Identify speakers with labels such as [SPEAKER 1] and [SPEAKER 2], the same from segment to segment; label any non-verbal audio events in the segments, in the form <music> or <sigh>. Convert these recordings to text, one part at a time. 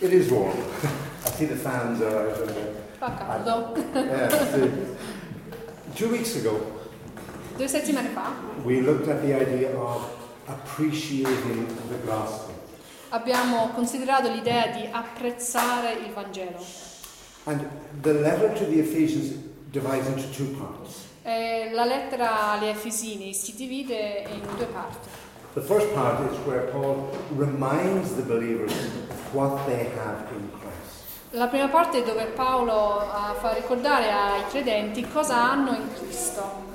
[SPEAKER 1] It is warm. <laughs> I see the fans are out over there.
[SPEAKER 2] Fa caldo.
[SPEAKER 1] Yeah, so- Two weeks ago,
[SPEAKER 2] Due settimane fa
[SPEAKER 1] we looked at the idea of appreciating the gospel.
[SPEAKER 2] abbiamo considerato l'idea di apprezzare il Vangelo.
[SPEAKER 1] And the letter to the Ephesians divides into two parts.
[SPEAKER 2] Eh, la lettera agli Efesini si divide in due parti.
[SPEAKER 1] The first part is where Paul reminds the believers of what they have in Christ.
[SPEAKER 2] La prima parte è dove Paolo ah, fa ricordare ai credenti cosa hanno in Cristo.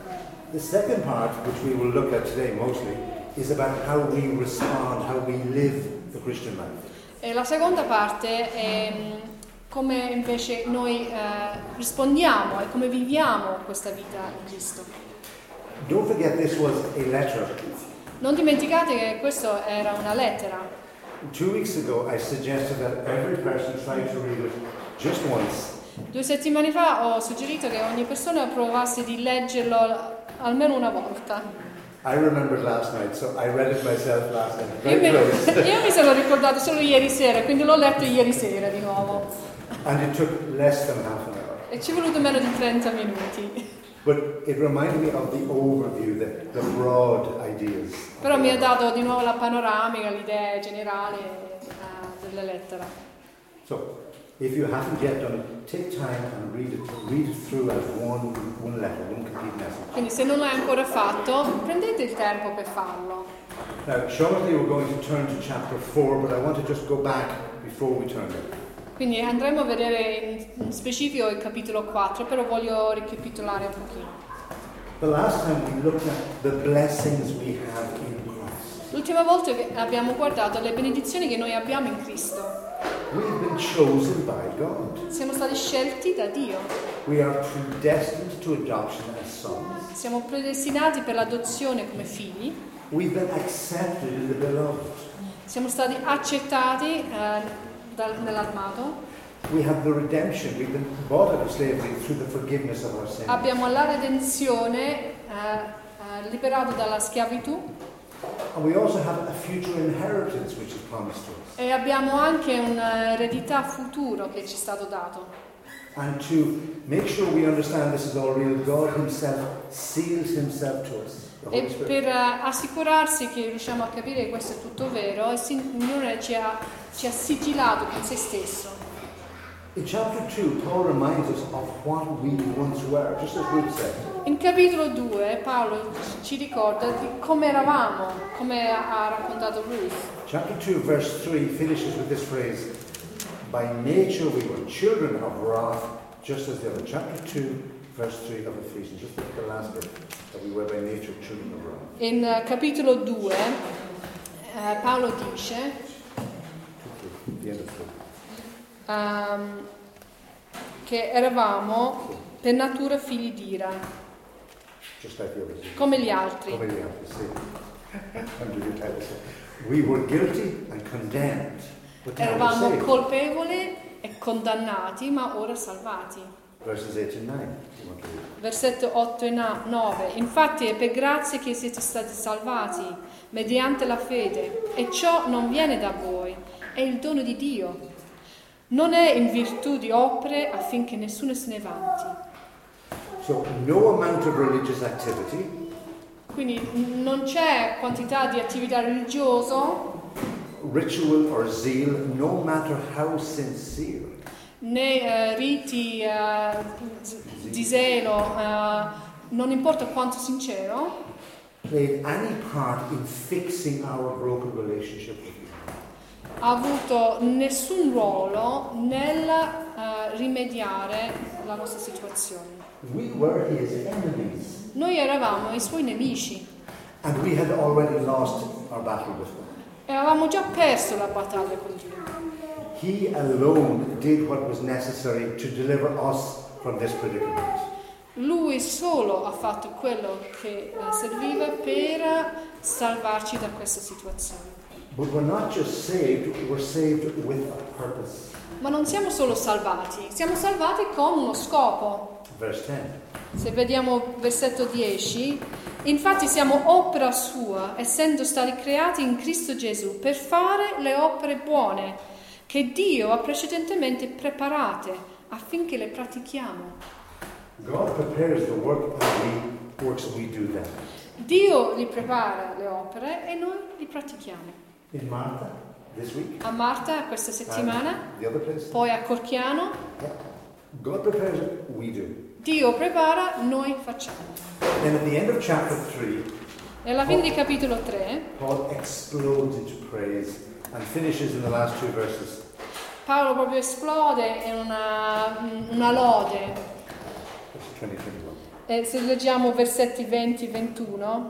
[SPEAKER 1] The second part, which we will look at today mostly, is about how we respond, how we live the Christian life.
[SPEAKER 2] E la seconda parte è mm, come invece noi eh, rispondiamo e come viviamo questa vita in Cristo.
[SPEAKER 1] Don't forget this was a letter.
[SPEAKER 2] Non dimenticate che questa era una lettera.
[SPEAKER 1] Two weeks ago, I suggested that every person try to read it just once.
[SPEAKER 2] Due settimane fa ho suggerito che ogni persona provasse di leggerlo almeno una volta.
[SPEAKER 1] I remembered last night, so I read it myself last night.
[SPEAKER 2] Io
[SPEAKER 1] Very
[SPEAKER 2] me-
[SPEAKER 1] close.
[SPEAKER 2] <laughs> io mi sono ricordato solo ieri sera, quindi l'ho letto ieri sera di nuovo.
[SPEAKER 1] And it took less than half an hour.
[SPEAKER 2] E ci è voluto meno di 30 minuti.
[SPEAKER 1] But it reminded me of the overview, the, the broad ideas. of
[SPEAKER 2] Però
[SPEAKER 1] the
[SPEAKER 2] mi ha
[SPEAKER 1] letter.
[SPEAKER 2] dato di nuovo la panoramica, l'idea generale eh, della lettera.
[SPEAKER 1] So, if you haven't yet done it, take time and read it. Read it through as one, one letter, one complete message.
[SPEAKER 2] Quindi se non l'hai ancora fatto, prendete il tempo per farlo.
[SPEAKER 1] Now, shortly we're going to turn to chapter 4, but I want to just go back before we turn there.
[SPEAKER 2] Quindi andremo a vedere in- in specifico il capitolo 4, però voglio ricapitolare un pochino.
[SPEAKER 1] The last time we looked at the blessings we have in Christ.
[SPEAKER 2] L'ultima volta che abbiamo guardato le benedizioni che noi abbiamo in Cristo.
[SPEAKER 1] We've been chosen by God.
[SPEAKER 2] Siamo stati scelti da Dio,
[SPEAKER 1] We are predestined to adoption as sons.
[SPEAKER 2] siamo predestinati per l'adozione come figli,
[SPEAKER 1] We've been accepted in the beloved.
[SPEAKER 2] siamo stati accettati eh, dal- nell'armato
[SPEAKER 1] We have the redemption. We've been bought out of slavery through the forgiveness of our sins.
[SPEAKER 2] Abbiamo la redenzione eh, eh, liberato dalla schiavitù
[SPEAKER 1] And we also have a future inheritance which is promised to us.
[SPEAKER 2] e abbiamo anche un'eredità futuro che ci è stato dato.
[SPEAKER 1] And to make sure we understand this is all real, God Himself seals Himself to us. The
[SPEAKER 2] E
[SPEAKER 1] Holy Spirit.
[SPEAKER 2] per eh, assicurarsi che riusciamo a capire che questo è tutto vero, il Signore ci ha, ci ha sigillato con se stesso.
[SPEAKER 1] In chapter 2, Paul reminds us of what we once were, just as Ruth said.
[SPEAKER 2] In capitolo 2 Paolo ci ricorda di come eravamo, come ha raccontato lui.
[SPEAKER 1] Chapter 2, verse 3 finishes with this phrase By nature we were children of wrath, just as they were. Chapter 2, verse 3 of Ephesians, just like the last bit, that we were by nature children of wrath.
[SPEAKER 2] In eh, capitolo 2 eh, Paolo dice
[SPEAKER 1] Two, three, The end of 3.
[SPEAKER 2] ehm, che eravamo per natura figli d'ira,
[SPEAKER 1] Just like the others.
[SPEAKER 2] come gli altri.
[SPEAKER 1] Comedy after <laughs> sin. We were guilty and condemned, but now we're
[SPEAKER 2] Eravamo
[SPEAKER 1] saved.
[SPEAKER 2] colpevoli e condannati, ma ora salvati.
[SPEAKER 1] Verses 8 and 9. you want to read.
[SPEAKER 2] Versetto 8 e na- 9. Infatti è per grazia che siete stati salvati, mediante la fede, e ciò non viene da voi, è il dono di Dio. Non è in virtù di opere affinché nessuno se ne vanti.
[SPEAKER 1] So, no amount of religious activity,
[SPEAKER 2] Quindi n- non c'è quantità di attività religiosa
[SPEAKER 1] ritual, or zeal, no matter how sincere,
[SPEAKER 2] né eh, riti eh, z- di zelo, eh, non importa quanto sincero,
[SPEAKER 1] played any part in fixing our broken relationship with you.
[SPEAKER 2] ha avuto nessun ruolo nel eh, rimediare la nostra situazione.
[SPEAKER 1] We were his enemies,
[SPEAKER 2] Noi eravamo i suoi nemici
[SPEAKER 1] and we had already lost our battle with him.
[SPEAKER 2] e avevamo già perso la battaglia con Dio.
[SPEAKER 1] He alone did what was necessary to deliver us from this predicament.
[SPEAKER 2] Lui solo ha fatto quello che eh, serviva per salvarci da questa situazione.
[SPEAKER 1] But we're not just saved, we're saved with a purpose.
[SPEAKER 2] Ma non siamo solo salvati, siamo salvati con uno scopo.
[SPEAKER 1] Verse 10.
[SPEAKER 2] Se vediamo versetto 10, infatti siamo opera sua, essendo stati creati in Cristo Gesù per fare le opere buone che Dio ha precedentemente preparate affinché le pratichiamo.
[SPEAKER 1] God prepares the work and we works and we do them.
[SPEAKER 2] Dio li prepara le opere e noi li pratichiamo.
[SPEAKER 1] In Martha, this week,
[SPEAKER 2] A Marta questa settimana,
[SPEAKER 1] the other place,
[SPEAKER 2] poi a Corchiano,
[SPEAKER 1] yeah. God prepares it, we do.
[SPEAKER 2] Dio prepara, noi facciamo.
[SPEAKER 1] Then at the end of chapter 3,
[SPEAKER 2] Nella fine di capitolo 3
[SPEAKER 1] Paul explodes into praise and finishes in the last two verses.
[SPEAKER 2] Paolo proprio esplode in una, una lode.
[SPEAKER 1] verse 20, 21.
[SPEAKER 2] Eh, se leggiamo versetti 20-21,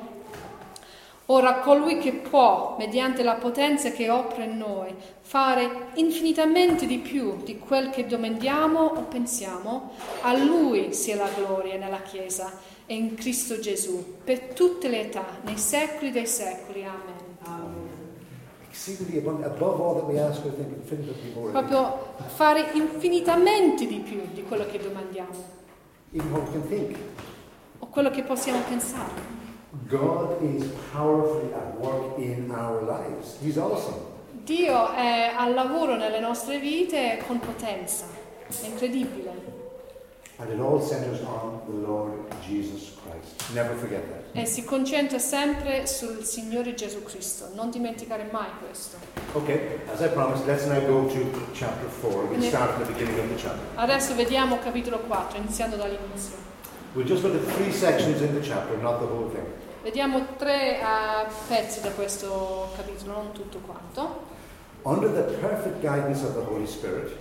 [SPEAKER 2] ora colui che può, mediante la potenza che opera in noi, fare infinitamente di più di quel che domandiamo o pensiamo, a lui sia la gloria nella Chiesa e in Cristo Gesù, per tutte le età, nei secoli dei secoli. Amen.
[SPEAKER 1] Exceedingly abund- above all that we ask or think, infinitely more.
[SPEAKER 2] Proprio fare infinitamente di più di quello che domandiamo
[SPEAKER 1] Even what we can think.
[SPEAKER 2] o quello che possiamo pensare.
[SPEAKER 1] God is powerfully at work in our lives. He's awesome.
[SPEAKER 2] Dio è al lavoro nelle nostre vite con potenza, è incredibile.
[SPEAKER 1] And it all centers on the Lord Jesus Christ. Never forget that.
[SPEAKER 2] E si concentra sempre sul Signore Gesù Cristo, non dimenticare mai questo.
[SPEAKER 1] Okay, as I promised, let's now go to chapter 4. We'll
[SPEAKER 2] Yeah.
[SPEAKER 1] start at the beginning of the chapter.
[SPEAKER 2] Adesso vediamo capitolo 4, iniziando dall'inizio.
[SPEAKER 1] We'll just look at three sections in the chapter, not the whole thing.
[SPEAKER 2] Vediamo tre eh, pezzi da questo capitolo, non tutto quanto.
[SPEAKER 1] Under the perfect guidance of the Holy Spirit,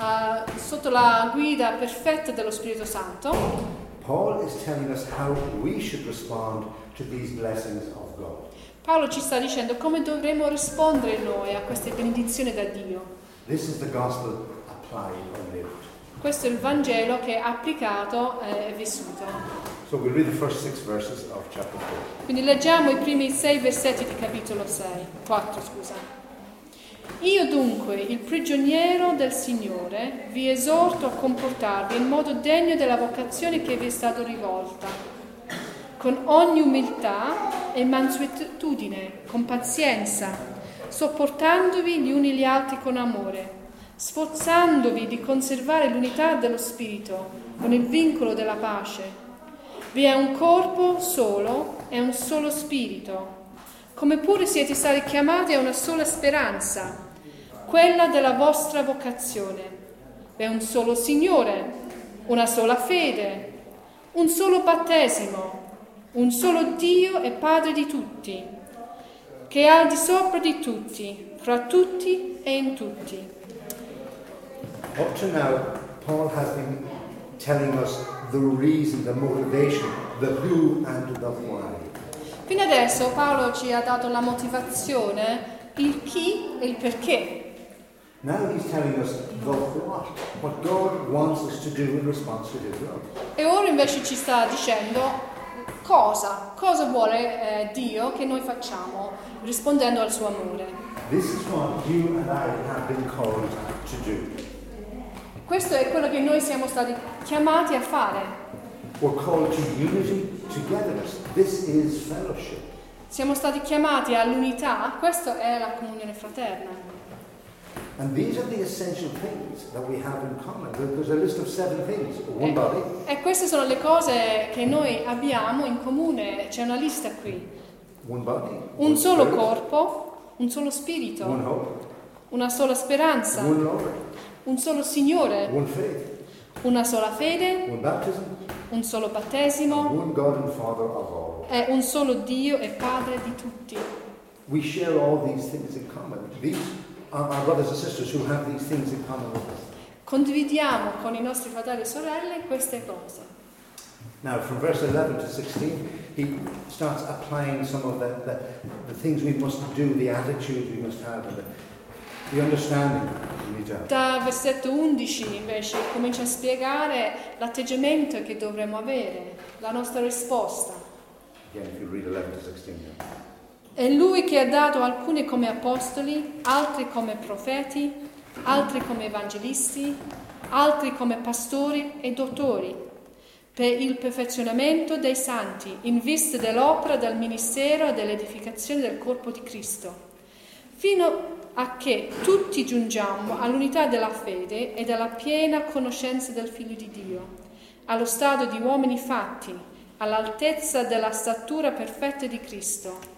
[SPEAKER 2] Eh, sotto la guida perfetta dello Spirito Santo,
[SPEAKER 1] Paul is telling us how we should respond to these blessings of God.
[SPEAKER 2] Paolo ci sta dicendo come dovremo rispondere noi a queste benedizioni da Dio.
[SPEAKER 1] This is the gospel applied and lived.
[SPEAKER 2] Questo è il Vangelo che è applicato eh, e vissuto.
[SPEAKER 1] So we'll read the first six verses of chapter 4.
[SPEAKER 2] Quindi leggiamo i primi sei versetti di capitolo 6, 4 scusa. Io dunque, il prigioniero del Signore, vi esorto a comportarvi in modo degno della vocazione che vi è stata rivolta, con ogni umiltà e mansuetudine, con pazienza, sopportandovi gli uni gli altri con amore, sforzandovi di conservare l'unità dello Spirito con il vincolo della pace. Vi è un corpo solo e un solo Spirito, come pure siete stati chiamati a una sola speranza, quella della vostra vocazione. Vi è un solo Signore, una sola fede, un solo battesimo, un solo Dio e Padre di tutti, che è al di sopra di tutti, fra tutti e in tutti.
[SPEAKER 1] Up to now, Paul has been telling us the reason, the motivation, the who and the why.
[SPEAKER 2] Fino adesso Paolo ci ha dato la motivazione, il chi e il perché
[SPEAKER 1] Now he's telling us the what, what God wants us to do in response to his love.
[SPEAKER 2] E ora invece ci sta dicendo cosa, cosa vuole eh, Dio che noi facciamo rispondendo al suo amore.
[SPEAKER 1] This is what you and I have been called to do.
[SPEAKER 2] Questo è quello che noi siamo stati chiamati a fare.
[SPEAKER 1] We're called to unity, togetherness. This is fellowship.
[SPEAKER 2] Siamo stati chiamati all'unità, questa è la comunione fraterna.
[SPEAKER 1] And these are the essential things that we have in common. There- There's a list of seven things. One body,
[SPEAKER 2] E queste sono le cose che noi abbiamo in comune, c'è una lista qui.
[SPEAKER 1] one body,
[SPEAKER 2] Un solo
[SPEAKER 1] spirit,
[SPEAKER 2] corpo, un solo
[SPEAKER 1] one
[SPEAKER 2] spirito,
[SPEAKER 1] hope,
[SPEAKER 2] una sola speranza,
[SPEAKER 1] one Lord,
[SPEAKER 2] un solo Signore,
[SPEAKER 1] one faith,
[SPEAKER 2] una sola fede,
[SPEAKER 1] one baptism,
[SPEAKER 2] un solo battesimo,
[SPEAKER 1] one God and Father of all.
[SPEAKER 2] È un solo Dio e Padre di tutti.
[SPEAKER 1] We share all these things in common. These are our brothers and sisters who have these things in common with us.
[SPEAKER 2] Condividiamo con i nostri fratelli e sorelle queste cose.
[SPEAKER 1] Now, from verse 11 to 16, he starts applying some of the, the, the things we must do, the attitudes we must have, and the, the understanding we need to have.
[SPEAKER 2] Da versetto 11 invece comincia a spiegare l'atteggiamento che dovremmo avere, la nostra risposta.
[SPEAKER 1] Again, if you read 11 to 16. yeah.
[SPEAKER 2] È Lui che ha dato alcuni come apostoli, altri come profeti, altri come evangelisti, altri come pastori e dottori, per il perfezionamento dei santi, in vista dell'opera, del ministero e dell'edificazione del corpo di Cristo, fino a che tutti giungiamo all'unità della fede e della piena conoscenza del Figlio di Dio, allo stato di uomini fatti, all'altezza della statura perfetta di Cristo,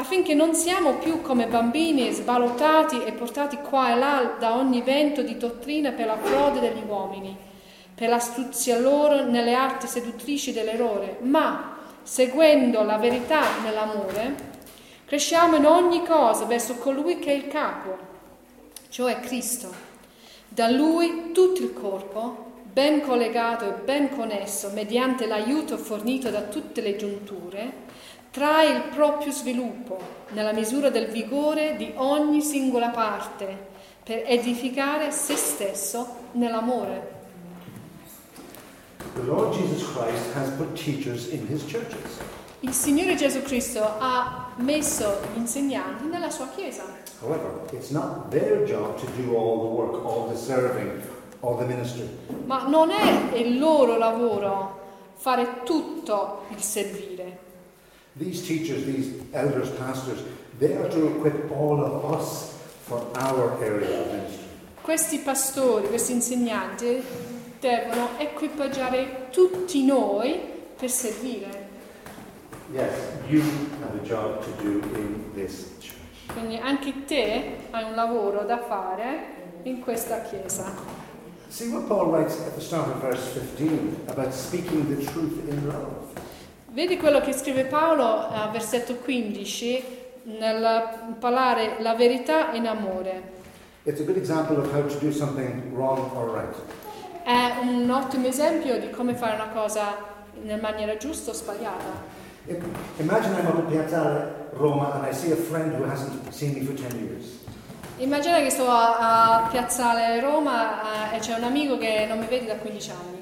[SPEAKER 2] affinché non siamo più come bambini sballottati e portati qua e là da ogni vento di dottrina per la frode degli uomini, per l'astuzia loro nelle arti seduttrici dell'errore, ma seguendo la verità nell'amore, cresciamo in ogni cosa verso colui che è il capo, cioè Cristo. Da lui tutto il corpo, ben collegato e ben connesso mediante l'aiuto fornito da tutte le giunture, trae il proprio sviluppo nella misura del vigore di ogni singola parte per edificare se stesso nell'amore.
[SPEAKER 1] The Lord Jesus Christ has put teachers in his churches.
[SPEAKER 2] Il Signore Gesù Cristo ha messo gli insegnanti nella sua Chiesa,
[SPEAKER 1] However, it's not their job to do all the work, all the serving, all the ministry.
[SPEAKER 2] ma non è il loro lavoro fare tutto il servire.
[SPEAKER 1] These teachers, these elders, pastors, they are to equip all of us for our area of ministry.
[SPEAKER 2] Questi pastori, questi insegnanti devono equipaggiare tutti noi per servire.
[SPEAKER 1] Yes, you have a job to do in this church.
[SPEAKER 2] Quindi anche te hai un lavoro da fare in questa Chiesa.
[SPEAKER 1] See what Paul writes at the start of verse 15 about speaking the truth in love.
[SPEAKER 2] Vedi quello che scrive Paolo al versetto 15 nel parlare la verità in amore.
[SPEAKER 1] It's a good example of how to do something wrong or right.
[SPEAKER 2] È un ottimo esempio di come fare una cosa in maniera giusta o sbagliata.
[SPEAKER 1] Im- Imagine I'm up at Piazzale, Roma, and I see a friend who hasn't seen me for 10 years.
[SPEAKER 2] Immagina che sto a, a Piazzale Roma eh, e c'è un amico che non mi vede da 15 anni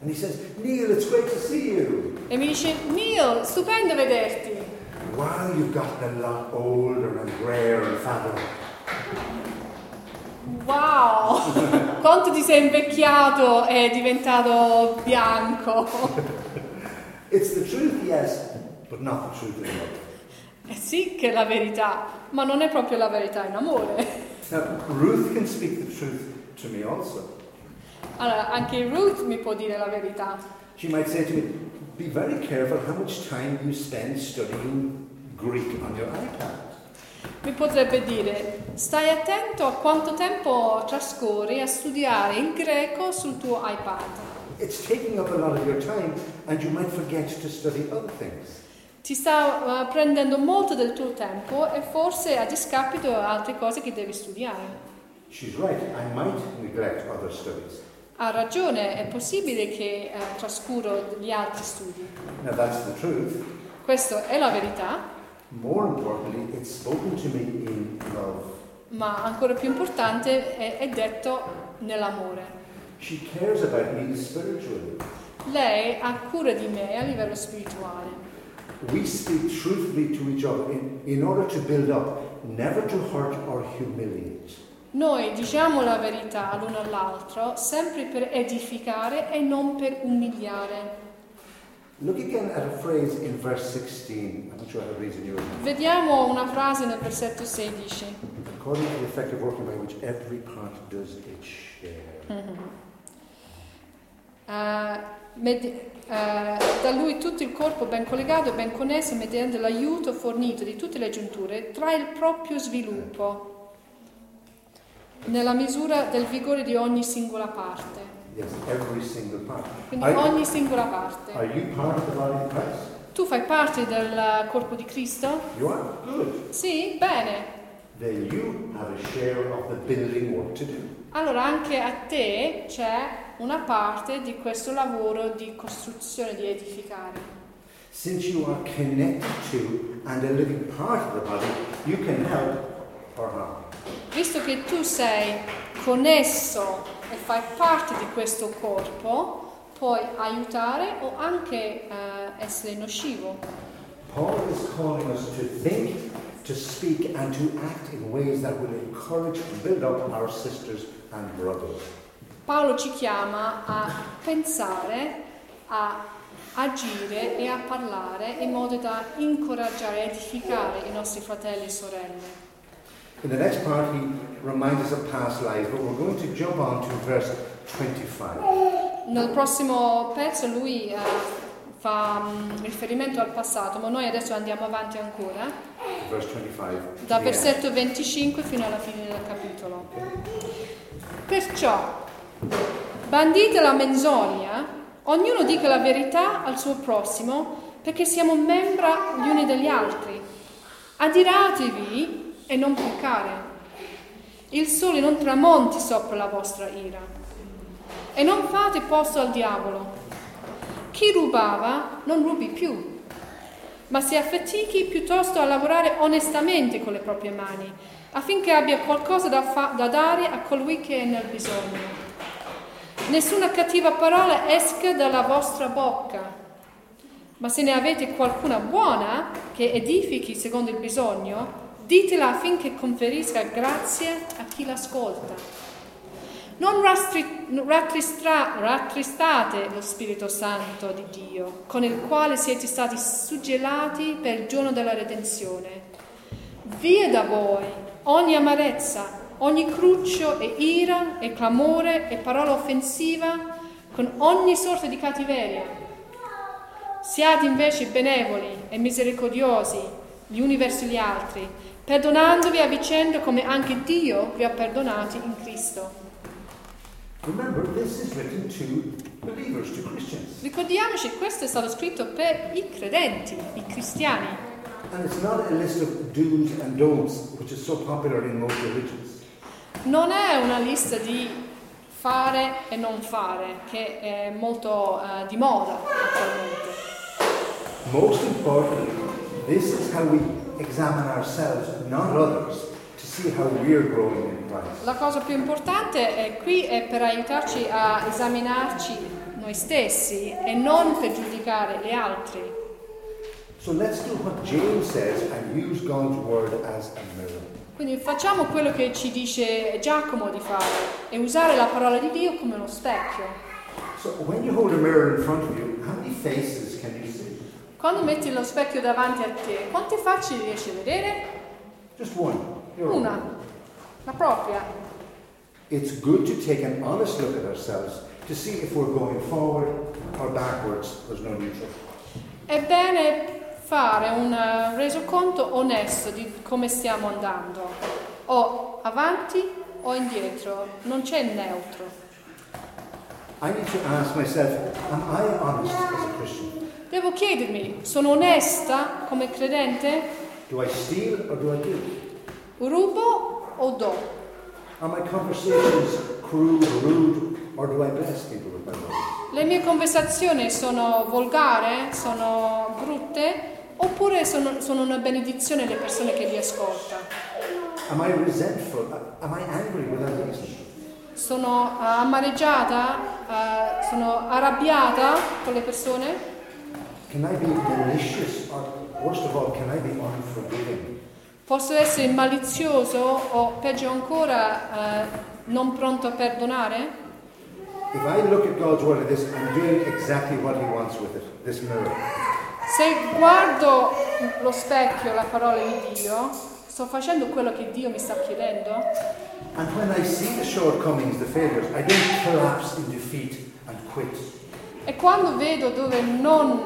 [SPEAKER 1] And he says, Neil, it's great to see you.
[SPEAKER 2] e mi dice Neil, stupendo vederti.
[SPEAKER 1] Wow, you've gotten a lot older and grayer and fatter.
[SPEAKER 2] Wow, quanto ti sei invecchiato e diventato bianco.
[SPEAKER 1] It's the truth, yes, but not the truth in love.
[SPEAKER 2] Eh sì che è la verità, ma non è proprio la verità in amore.
[SPEAKER 1] Now, Ruth can speak the truth to me also.
[SPEAKER 2] Allora, anche Ruth mi può dire la verità.
[SPEAKER 1] She might say to me, Be very careful how much time you spend studying Greek on your iPad.
[SPEAKER 2] Mi potrebbe dire, stai attento a quanto tempo trascorri a studiare il greco sul tuo iPad.
[SPEAKER 1] It's taking up a lot of your time, and you might forget to study other things.
[SPEAKER 2] Ti sta eh, prendendo molto del tuo tempo e forse a discapito di altre cose che devi studiare.
[SPEAKER 1] She's right, I might neglect other studies.
[SPEAKER 2] Ha ragione, è possibile che eh, trascuro gli altri studi.
[SPEAKER 1] Now, that's the truth.
[SPEAKER 2] Questa è la verità,
[SPEAKER 1] More importantly, it's spoken to me in love.
[SPEAKER 2] ma ancora più importante è, è detto nell'amore.
[SPEAKER 1] She cares about me spiritually.
[SPEAKER 2] Lei ha cura di me a livello spirituale.
[SPEAKER 1] We speak truthfully to each other in, in order to build up, never to hurt or humiliate.
[SPEAKER 2] Noi diciamo la verità l'uno all'altro sempre per edificare e non per umiliare.
[SPEAKER 1] Look again at a phrase in verse 16. I'm not sure how to read it in yours.
[SPEAKER 2] Vediamo una frase nel versetto 16.
[SPEAKER 1] According to the effective working by which every part does its share.
[SPEAKER 2] Eh, med- eh, da lui tutto il corpo ben collegato e ben connesso mediante l'aiuto fornito di tutte le giunture trae il proprio sviluppo nella misura del vigore di ogni singola parte.
[SPEAKER 1] Yes, every single part.
[SPEAKER 2] Quindi
[SPEAKER 1] Are,
[SPEAKER 2] ogni singola parte.
[SPEAKER 1] are you part of the body of Christ?
[SPEAKER 2] Tu fai parte del corpo di Cristo?
[SPEAKER 1] You are? Good.
[SPEAKER 2] Sì, bene.
[SPEAKER 1] Then you have a share of the building work to do.
[SPEAKER 2] Allora anche a te c'è una parte di questo lavoro di costruzione, di edificare.
[SPEAKER 1] Since you are connected to and a living part of the body, you can help or harm.
[SPEAKER 2] Visto che tu sei connesso e fai parte di questo corpo, puoi aiutare o anche eh, essere nocivo.
[SPEAKER 1] Paul is calling us to think, to speak, and to act in ways that will encourage and build up our sisters and brothers.
[SPEAKER 2] Paolo ci chiama a pensare, a agire e a parlare in modo da incoraggiare, edificare i nostri fratelli e sorelle.
[SPEAKER 1] In the next part, he reminds us of past lives, but we're going to jump on to verse 25.
[SPEAKER 2] Nel prossimo pezzo lui eh, fa mm, riferimento al passato, ma noi adesso andiamo avanti ancora,
[SPEAKER 1] Verse 25. to
[SPEAKER 2] dal
[SPEAKER 1] the end.
[SPEAKER 2] versetto 25 fino alla fine del capitolo. Perciò, bandite la menzogna, ognuno dica la verità al suo prossimo, perché siamo membra gli uni degli altri. Adiratevi e non peccare. Il sole non tramonti sopra la vostra ira. E non fate posto al diavolo. Chi rubava non rubi più, ma si affatichi piuttosto a lavorare onestamente con le proprie mani, affinché abbia qualcosa da, fa- da dare a colui che è nel bisogno. Nessuna cattiva parola esca dalla vostra bocca, ma se ne avete qualcuna buona che edifichi secondo il bisogno, ditela affinché conferisca grazia a chi l'ascolta. Non rastri- rattristra- rattristate lo Spirito Santo di Dio, con il quale siete stati suggellati per il giorno della redenzione. Via da voi ogni amarezza, ogni cruccio e ira e clamore e parola offensiva, con ogni sorta di cattiveria. Siate invece benevoli e misericordiosi gli uni verso gli altri, perdonandovi a vicenda come anche Dio vi ha perdonati in Cristo.
[SPEAKER 1] Remember, this is written to believers, to Christians.
[SPEAKER 2] Ricordiamoci, che questo è stato scritto per i credenti, i cristiani.
[SPEAKER 1] And it's not a list of do's and don'ts, which is so popular in most religions.
[SPEAKER 2] Non è una lista di fare e non fare, che è molto eh, di moda attualmente.
[SPEAKER 1] Most importantly, this is how we examine ourselves, not others, to see how we're growing in Christ.
[SPEAKER 2] La cosa più importante è qui è per aiutarci a esaminarci noi stessi e non per giudicare gli altri.
[SPEAKER 1] So let's do what James says and use God's word as a mirror.
[SPEAKER 2] Quindi facciamo quello che ci dice Giacomo di fare e usare la parola di Dio come uno specchio.
[SPEAKER 1] So when you hold a mirror in front of you, how many faces can you see?
[SPEAKER 2] Quando metti lo specchio davanti a te, quante facce riesci a vedere?
[SPEAKER 1] Just one. Your own.
[SPEAKER 2] Una, la propria.
[SPEAKER 1] It's good to take an honest look at ourselves to see if we're going forward or backwards. There's no neutral.
[SPEAKER 2] È bene fare un eh, resoconto onesto di come stiamo andando, o avanti o indietro, non c'è il neutro.
[SPEAKER 1] I need to ask myself, am I honest as a Christian?
[SPEAKER 2] Devo chiedermi, sono onesta come credente?
[SPEAKER 1] Do I steal or do I give?
[SPEAKER 2] Rubo o do?
[SPEAKER 1] Are my conversations crude, rude, or do I bless people with my words?
[SPEAKER 2] Le mie conversazioni sono volgare, sono brutte, oppure sono, sono una benedizione alle persone che li ascoltano?
[SPEAKER 1] Am I resentful? Am I angry without reason?
[SPEAKER 2] Sono eh, amareggiata? Eh, sono arrabbiata con le persone?
[SPEAKER 1] Can I be malicious or, worst of all, can I be unforgiving?
[SPEAKER 2] Posso essere malizioso o peggio ancora eh, non pronto a perdonare?
[SPEAKER 1] If I look at God's word like this, I'm doing exactly what He wants with it, this mirror.
[SPEAKER 2] Se guardo lo specchio, la parola di Dio, sto facendo quello che Dio mi sta chiedendo?
[SPEAKER 1] And when I see the shortcomings, the failures, I don't collapse in defeat and quit.
[SPEAKER 2] E quando vedo dove non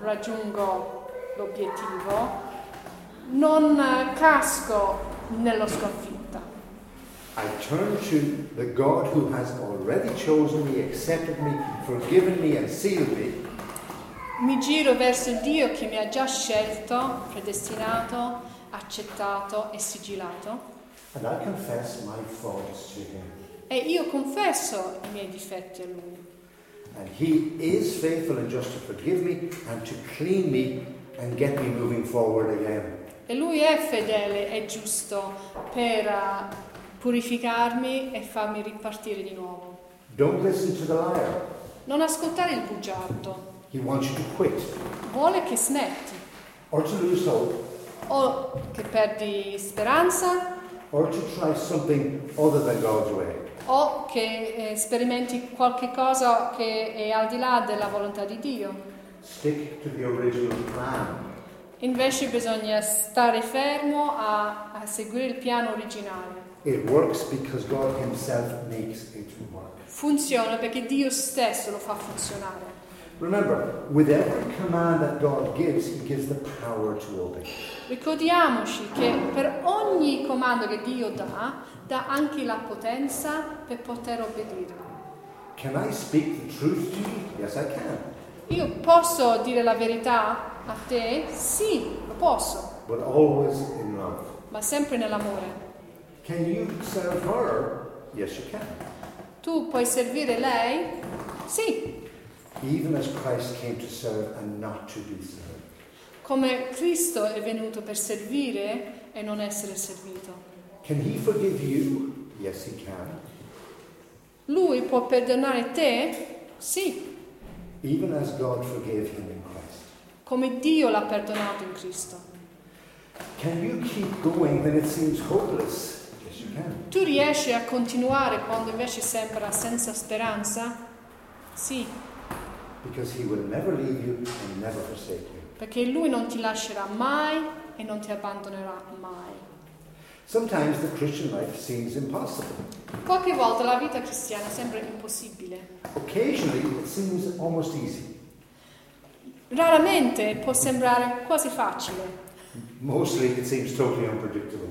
[SPEAKER 2] raggiungo l'obiettivo, non eh, casco nella sconfitta.
[SPEAKER 1] I turn to the God who has already chosen me, accepted me, forgiven me, and sealed me,
[SPEAKER 2] Mi giro verso il Dio che mi ha già scelto, predestinato, accettato e sigillato.
[SPEAKER 1] and I confess my faults to Him.
[SPEAKER 2] E io confesso i miei difetti a lui.
[SPEAKER 1] And He is faithful and just to forgive me and to clean me and get me moving forward again.
[SPEAKER 2] E lui è fedele e giusto per eh, purificarmi e farmi ripartire di nuovo.
[SPEAKER 1] Don't listen to the liar.
[SPEAKER 2] Non ascoltare il bugiardo.
[SPEAKER 1] He wants you to quit
[SPEAKER 2] Vuole che smetti,
[SPEAKER 1] or to lose hope
[SPEAKER 2] o che perdi speranza,
[SPEAKER 1] or to try something other than God's way.
[SPEAKER 2] o che eh, sperimenti qualche cosa che è al di là della volontà di Dio.
[SPEAKER 1] Stick to the original plan.
[SPEAKER 2] Invece bisogna stare fermo a, a seguire il piano originale.
[SPEAKER 1] It works because God Himself makes it work.
[SPEAKER 2] Funziona perché Dio stesso lo fa funzionare.
[SPEAKER 1] Remember, with every command that God gives, He gives the power to obey.
[SPEAKER 2] Ricordiamoci che per ogni comando che Dio dà, dà anche la potenza per poter obbedire.
[SPEAKER 1] Can I speak the truth to you? Yes, I can.
[SPEAKER 2] Io posso dire la verità a te? Sì, lo posso,
[SPEAKER 1] But always in love.
[SPEAKER 2] ma sempre nell'amore.
[SPEAKER 1] Can you serve her? Yes, you can.
[SPEAKER 2] Tu puoi servire lei? Sì,
[SPEAKER 1] Even as Christ came to serve and not to be served.
[SPEAKER 2] come Cristo è venuto per servire e non essere servito.
[SPEAKER 1] Can He forgive you? Yes, He can.
[SPEAKER 2] Lui può perdonare te? Sì,
[SPEAKER 1] Even as God forgave Him in Christ.
[SPEAKER 2] come Dio l'ha perdonato in Cristo.
[SPEAKER 1] Can you keep going when it seems hopeless? Yes, you can.
[SPEAKER 2] Tu riesci a continuare quando invece sembra senza speranza? Sì,
[SPEAKER 1] Because He will never leave you and never forsake you.
[SPEAKER 2] perché Lui non ti lascerà mai e non ti abbandonerà mai.
[SPEAKER 1] Sometimes the Christian life seems impossible.
[SPEAKER 2] Qualche volta la vita cristiana sembra impossibile.
[SPEAKER 1] Occasionally, it seems almost easy.
[SPEAKER 2] Raramente può sembrare quasi facile.
[SPEAKER 1] Mostly, it seems totally unpredictable.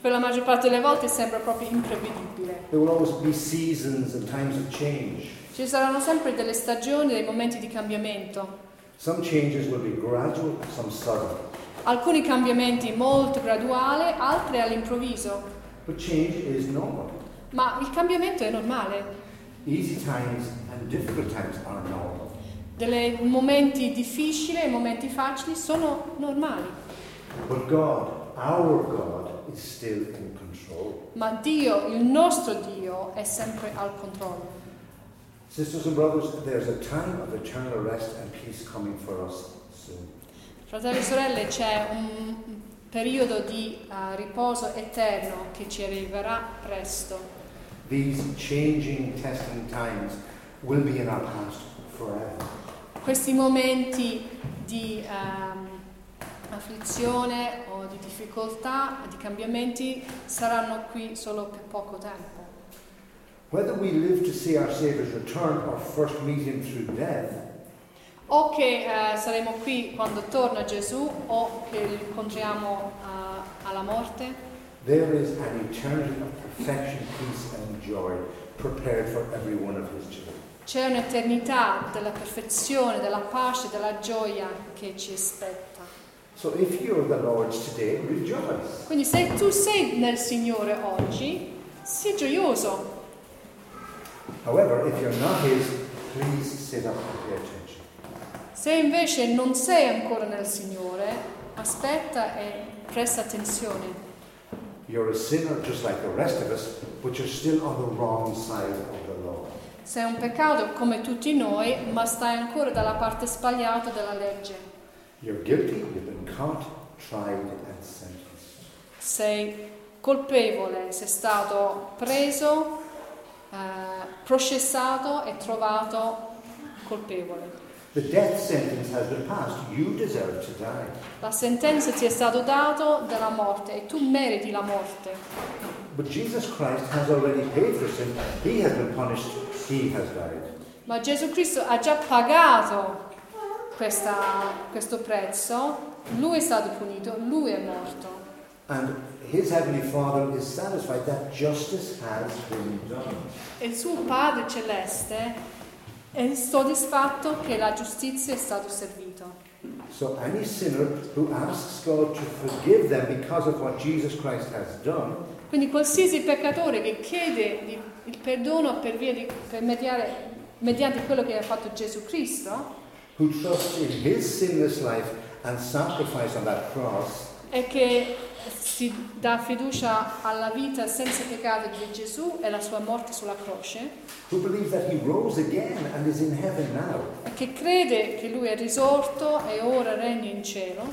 [SPEAKER 2] Per la maggior parte delle volte sembra proprio imprevedibile.
[SPEAKER 1] There will always be seasons and times of change.
[SPEAKER 2] Ci saranno sempre delle stagioni, dei momenti di cambiamento.
[SPEAKER 1] Some changes will be gradual, some sudden.
[SPEAKER 2] Alcuni cambiamenti molto graduali, altri all'improvviso.
[SPEAKER 1] But change is normal.
[SPEAKER 2] Ma il cambiamento è normale.
[SPEAKER 1] Easy times and difficult times are normal.
[SPEAKER 2] Dei momenti difficili e momenti facili sono normali.
[SPEAKER 1] But God, our God, is still in control.
[SPEAKER 2] Ma Dio, il nostro Dio, è sempre al controllo.
[SPEAKER 1] Sisters and brothers, there's a time of eternal rest and peace coming for us soon.
[SPEAKER 2] Fratelli e sorelle, c'è un periodo di eh, riposo eterno che ci arriverà presto.
[SPEAKER 1] These changing, testing times will be in our past forever.
[SPEAKER 2] Questi momenti di ehm, afflizione o di difficoltà, di cambiamenti, saranno qui solo per poco tempo.
[SPEAKER 1] Whether we live to see our Saviour's return or first meet Him through death,
[SPEAKER 2] O che eh, saremo qui quando torna Gesù o che lo incontriamo eh, alla morte.
[SPEAKER 1] there is an eternity of perfection, peace, and joy prepared for every one of His children.
[SPEAKER 2] C'è un'eternità della perfezione, della pace, della gioia che ci aspetta.
[SPEAKER 1] So if you are the Lord's today, rejoice.
[SPEAKER 2] Quindi se tu sei nel Signore oggi, sii gioioso.
[SPEAKER 1] However, if you're not His, please sit up and pay attention.
[SPEAKER 2] Se invece non sei ancora nel Signore, aspetta e presta attenzione.
[SPEAKER 1] You're a sinner just like the rest of us, but you're still on the wrong side of the law.
[SPEAKER 2] Sei un peccato come tutti noi, ma stai ancora dalla parte sbagliata della legge.
[SPEAKER 1] You're guilty, you've been caught, tried, and sentenced.
[SPEAKER 2] Sei colpevole, sei stato preso, eh, processato e trovato colpevole.
[SPEAKER 1] The death sentence has been passed. You deserve to die.
[SPEAKER 2] La sentenza ti è stata data della morte e tu meriti la morte.
[SPEAKER 1] But Jesus Christ has already paid for sin. He has been punished. He has died.
[SPEAKER 2] Ma Gesù Cristo ha già pagato questa- questo prezzo, lui è stato punito, lui è morto.
[SPEAKER 1] And his heavenly Father is satisfied that justice has been done.
[SPEAKER 2] E il suo Padre Celeste è soddisfatto che la giustizia è stata servita.
[SPEAKER 1] So any sinner who asks God to forgive them because of what Jesus Christ has done
[SPEAKER 2] Quindi qualsiasi peccatore che chiede di- il perdono per, via di, per mediare- mediante quello che ha fatto Gesù Cristo
[SPEAKER 1] who trusts in his sinless life and sacrifice on that cross,
[SPEAKER 2] e che si dà fiducia alla vita senza peccato di Gesù e la sua morte sulla croce,
[SPEAKER 1] who believes that he rose again and is in heaven now,
[SPEAKER 2] e che crede che lui è risorto e ora regna in cielo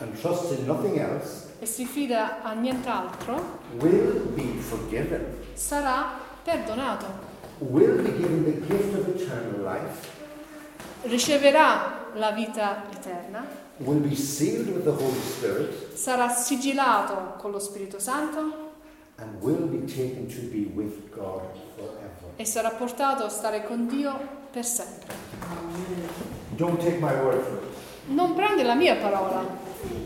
[SPEAKER 1] and trusts in nothing else,
[SPEAKER 2] e si fida a nient'altro,
[SPEAKER 1] will be forgiven,
[SPEAKER 2] sarà perdonato.
[SPEAKER 1] will be given the gift of eternal life,
[SPEAKER 2] Riceverà la vita eterna
[SPEAKER 1] will be sealed with the Holy Spirit
[SPEAKER 2] sarà sigillato con lo Spirito Santo
[SPEAKER 1] and will be taken to be with God forever.
[SPEAKER 2] e sarà portato a stare con Dio per sempre.
[SPEAKER 1] Don't take my word for it.
[SPEAKER 2] Non prende la mia parola,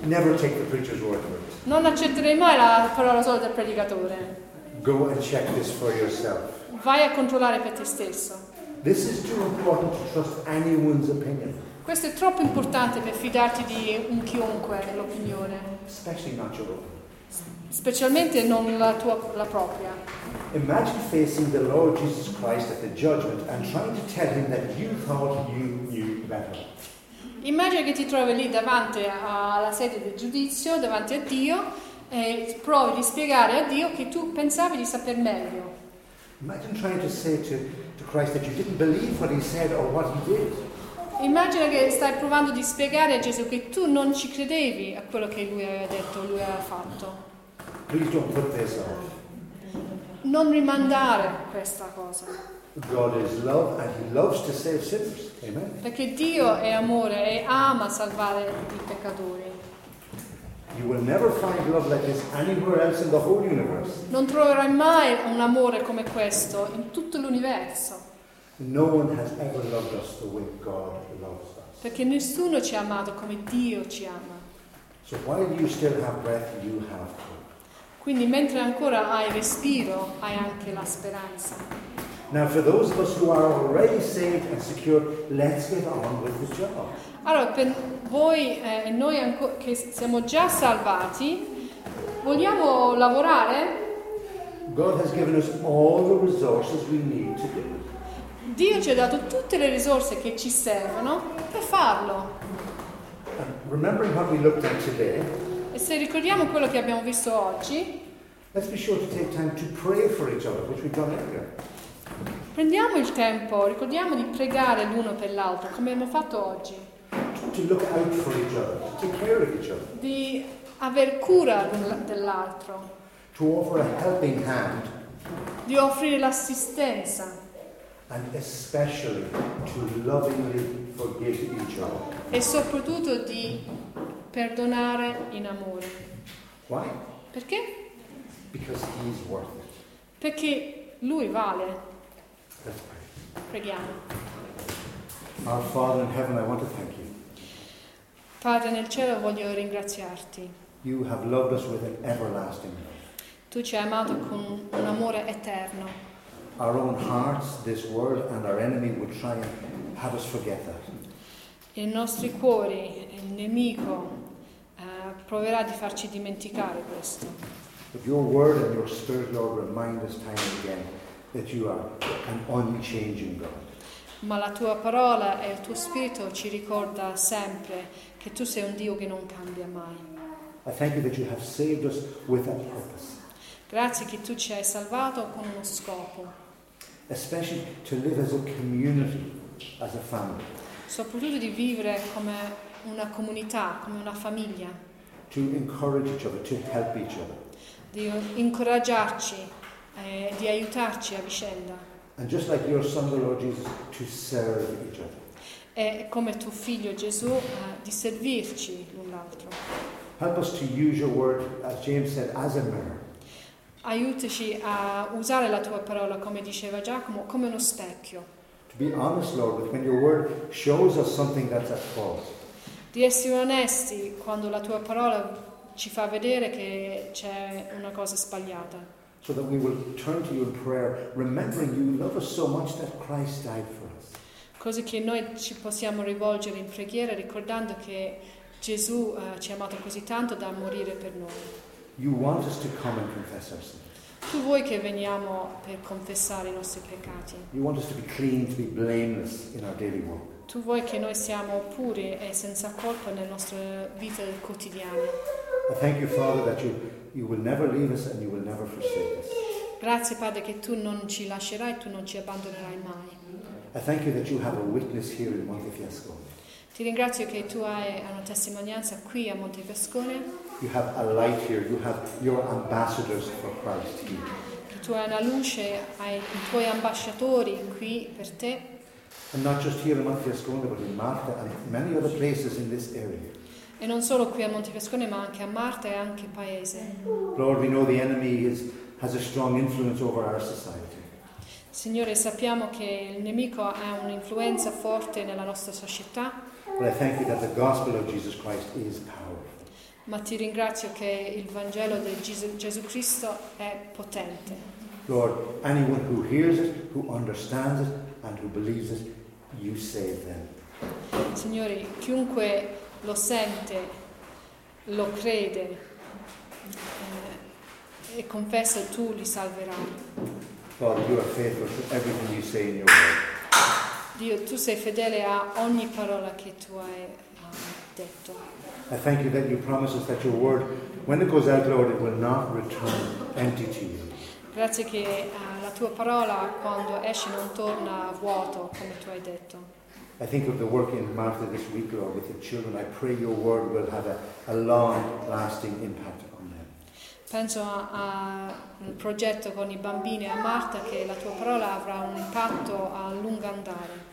[SPEAKER 1] Never take the preacher's word for it.
[SPEAKER 2] non accetterei mai la parola sola del predicatore.
[SPEAKER 1] Go and check this for yourself.
[SPEAKER 2] Vai a controllare per te stesso.
[SPEAKER 1] This is too important to trust anyone's opinion,
[SPEAKER 2] Questo è troppo importante per fidarti di un chiunque nell'opinione,
[SPEAKER 1] especially not your own.
[SPEAKER 2] specialmente non la tua la propria.
[SPEAKER 1] Imagine facing the Lord Jesus Christ at the judgment and trying to tell him that you thought you knew better.
[SPEAKER 2] Immagina che ti trovi lì davanti alla sede del giudizio, davanti a Dio, e provi di spiegare a Dio che tu pensavi di saper meglio.
[SPEAKER 1] Imagine trying to say to, to Christ that you didn't believe what he said or what he did.
[SPEAKER 2] Immagina che stai provando di spiegare a Gesù che tu non ci credevi a quello che lui aveva detto, lui aveva fatto.
[SPEAKER 1] Please don't put this off.
[SPEAKER 2] Non rimandare questa cosa,
[SPEAKER 1] God is love and he loves to save sinners. Amen.
[SPEAKER 2] perché Dio è amore e ama salvare i peccatori.
[SPEAKER 1] You will never find love like this anywhere else in the whole universe.
[SPEAKER 2] Non troverai mai un amore come questo in tutto l'universo,
[SPEAKER 1] No one has ever loved us the way God loves us.
[SPEAKER 2] perché nessuno ci ha amato come Dio ci ama.
[SPEAKER 1] So while you still have breath, you have hope.
[SPEAKER 2] Quindi mentre ancora hai respiro, hai anche la speranza.
[SPEAKER 1] Now, for those of us who are already saved and secure, let's get on with the job.
[SPEAKER 2] Allora, per voi eh, e noi anco- che siamo già salvati, vogliamo lavorare?
[SPEAKER 1] God has given us all the resources we need to do it.
[SPEAKER 2] Dio ci ha dato tutte le risorse che ci servono per farlo.
[SPEAKER 1] And remembering what we looked at today,
[SPEAKER 2] E se ricordiamo quello che abbiamo visto oggi,
[SPEAKER 1] let's be sure to take time to pray for each other, which we've done earlier.
[SPEAKER 2] prendiamo il tempo, ricordiamo di pregare l'uno per l'altro, come abbiamo fatto oggi,
[SPEAKER 1] To look out for each other, to take care of each other,
[SPEAKER 2] di aver cura dell- dell'altro,
[SPEAKER 1] to offer a helping hand,
[SPEAKER 2] di offrire l'assistenza.
[SPEAKER 1] and especially to lovingly forgive each other.
[SPEAKER 2] e soprattutto di perdonare in amore.
[SPEAKER 1] Why?
[SPEAKER 2] Perché?
[SPEAKER 1] Because He's worth it.
[SPEAKER 2] Perché lui vale.
[SPEAKER 1] Let's pray.
[SPEAKER 2] Preghiamo.
[SPEAKER 1] Our Father in heaven, I want to thank you.
[SPEAKER 2] Padre nel cielo voglio ringraziarti.
[SPEAKER 1] You have loved us with an everlasting love.
[SPEAKER 2] Tu ci hai amato con un amore eterno.
[SPEAKER 1] Our own hearts, this world, and our enemy would try and have us forget that.
[SPEAKER 2] I nostri cuori, il nemico, eh, proverà di farci dimenticare questo.
[SPEAKER 1] But your word and your spirit, Lord, remind us time and again that you are an unchanging God.
[SPEAKER 2] Ma la tua parola e il tuo spirito ci ricorda sempre che tu sei un Dio che non cambia mai.
[SPEAKER 1] I thank you that you have saved us with a purpose,
[SPEAKER 2] Grazie che tu ci hai salvato con uno scopo.
[SPEAKER 1] especially to live as a community, as a family,
[SPEAKER 2] soprattutto di vivere come una comunità, come una famiglia,
[SPEAKER 1] to encourage each other, to help each other.
[SPEAKER 2] di incoraggiarci, eh, di aiutarci a vicenda.
[SPEAKER 1] And just like your son, the Lord Jesus, to serve each other.
[SPEAKER 2] E come tuo figlio Gesù, eh, di servirci l'un l'altro.
[SPEAKER 1] Help us to use your word, as James said, as a mirror.
[SPEAKER 2] Aiutaci a usare la tua parola, come diceva Giacomo, come uno specchio.
[SPEAKER 1] To be honest, Lord, with when your word shows us something that's at fault,
[SPEAKER 2] Di essere onesti quando la tua parola ci fa vedere che c'è una cosa sbagliata.
[SPEAKER 1] so that we will turn to you in prayer, remembering you love us so much that Christ died for us.
[SPEAKER 2] Cose che noi ci possiamo rivolgere in preghiera ricordando che Gesù eh, ci ha amato così tanto da morire per noi.
[SPEAKER 1] You want us to come and confess our sins.
[SPEAKER 2] Tu vuoi che veniamo per confessare i nostri peccati,
[SPEAKER 1] You want us to be clean, to be blameless in our daily walk.
[SPEAKER 2] tu vuoi che noi siamo puri e senza colpa nella nostra vita quotidiana.
[SPEAKER 1] I thank you, Father, that you, you will never leave us and you will never forsake us.
[SPEAKER 2] Grazie Padre che tu non ci lascerai, tu non ci abbandonerai mai.
[SPEAKER 1] I thank you that you have a witness here in Monte Fiasco.
[SPEAKER 2] Ti ringrazio che tu hai una testimonianza qui a Montepescone,
[SPEAKER 1] You have a light here. You have your ambassadors for Christ here.
[SPEAKER 2] che tu hai una luce, hai i tuoi ambasciatori qui per te
[SPEAKER 1] And not just here in Monte Fiasco, but in Marta and many other places in this area.
[SPEAKER 2] E non solo qui a Montefrescone, ma anche a Marta e anche Paese.
[SPEAKER 1] Lord, we know the enemy is, has a strong influence over our society.
[SPEAKER 2] Signore, sappiamo che il nemico ha un'influenza forte nella nostra società,
[SPEAKER 1] But I thank you that the gospel of Jesus Christ is powerful.
[SPEAKER 2] ma ti ringrazio che il Vangelo di Gesù, Gesù Cristo è potente.
[SPEAKER 1] Lord, anyone who hears it, who understands it, and who believes it, you save them.
[SPEAKER 2] Signore, chiunque lo sente, lo crede eh, e confessa, tu li salverai.
[SPEAKER 1] Lord, you are faithful to everything you say in your word.
[SPEAKER 2] Dio, tu sei fedele a ogni parola che tu hai eh, detto.
[SPEAKER 1] I thank you that you promise us that your word, when it goes out, Lord, it will not return empty to you.
[SPEAKER 2] Grazie che eh, la tua parola quando esce non torna vuoto, come tu hai detto.
[SPEAKER 1] I think of the work in Martha this week, Lord, with the children. I pray your word will have a, a long lasting impact on them.
[SPEAKER 2] Penso a- a- al progetto con i bambini e a Marta che la tua parola avrà un impatto a lungo andare,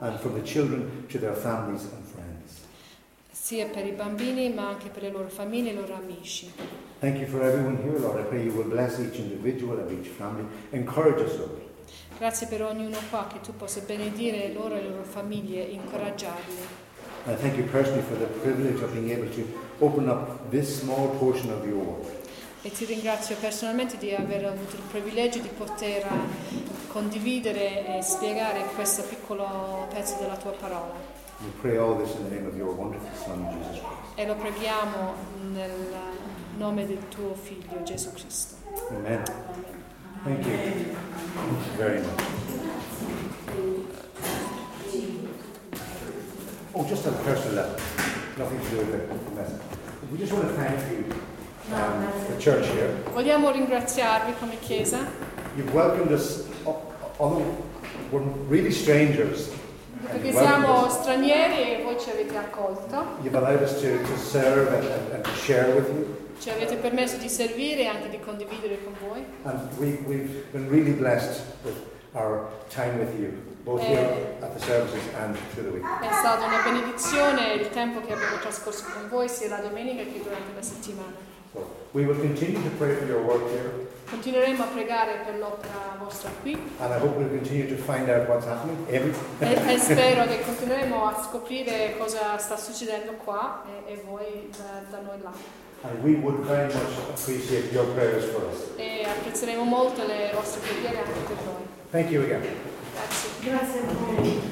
[SPEAKER 1] And from the children to their families and friends.
[SPEAKER 2] sia per i bambini ma anche per le loro famiglie e i loro amici.
[SPEAKER 1] Thank you for everyone here, Lord. I pray you will bless each individual and each family. Encourage us, Lord.
[SPEAKER 2] Grazie per ognuno qua che tu possa benedire loro e le loro famiglie, incoraggiarli.
[SPEAKER 1] And I thank you personally for the privilege of being able to open up this small portion of your word.
[SPEAKER 2] E ti ringrazio personalmente di aver avuto il privilegio di poter eh, condividere e spiegare questo piccolo pezzo della tua parola.
[SPEAKER 1] We pray all this in the name of your wonderful Son, Jesus Christ.
[SPEAKER 2] E lo preghiamo nel nome del tuo figlio Gesù Cristo.
[SPEAKER 1] Amen. Thank you very much. Oh, just on a personal level, nothing to do with the message. We just want to thank you, um, the church here.
[SPEAKER 2] Vogliamo ringraziarvi come Chiesa
[SPEAKER 1] You've welcomed us, al- although we're really strangers. and
[SPEAKER 2] perché
[SPEAKER 1] you've welcomed
[SPEAKER 2] siamo
[SPEAKER 1] us.
[SPEAKER 2] stranieri e voi ci avete accolto,
[SPEAKER 1] You've allowed us to, to serve and, and, and to share with you.
[SPEAKER 2] ci avete permesso di servire e anche di condividere con voi.
[SPEAKER 1] And we, we've been really blessed with our time with you, both
[SPEAKER 2] Eh.
[SPEAKER 1] here at the services and through the week.
[SPEAKER 2] È stata una benedizione il tempo che abbiamo trascorso con voi sia la domenica che durante la settimana.
[SPEAKER 1] So we will continue to pray for your work here,
[SPEAKER 2] Continueremo a pregare per l'opera vostra qui
[SPEAKER 1] and I hope we'll continue to find out what's happening. Every,
[SPEAKER 2] e, e spero che continueremo a scoprire cosa sta succedendo qua e, e voi da, da noi là.
[SPEAKER 1] and we would very much appreciate your prayers for us.
[SPEAKER 2] E apprezzeremo molto le vostre preghiere anche per voi.
[SPEAKER 1] Thank you again.
[SPEAKER 2] Grazie.
[SPEAKER 3] Grazie a voi.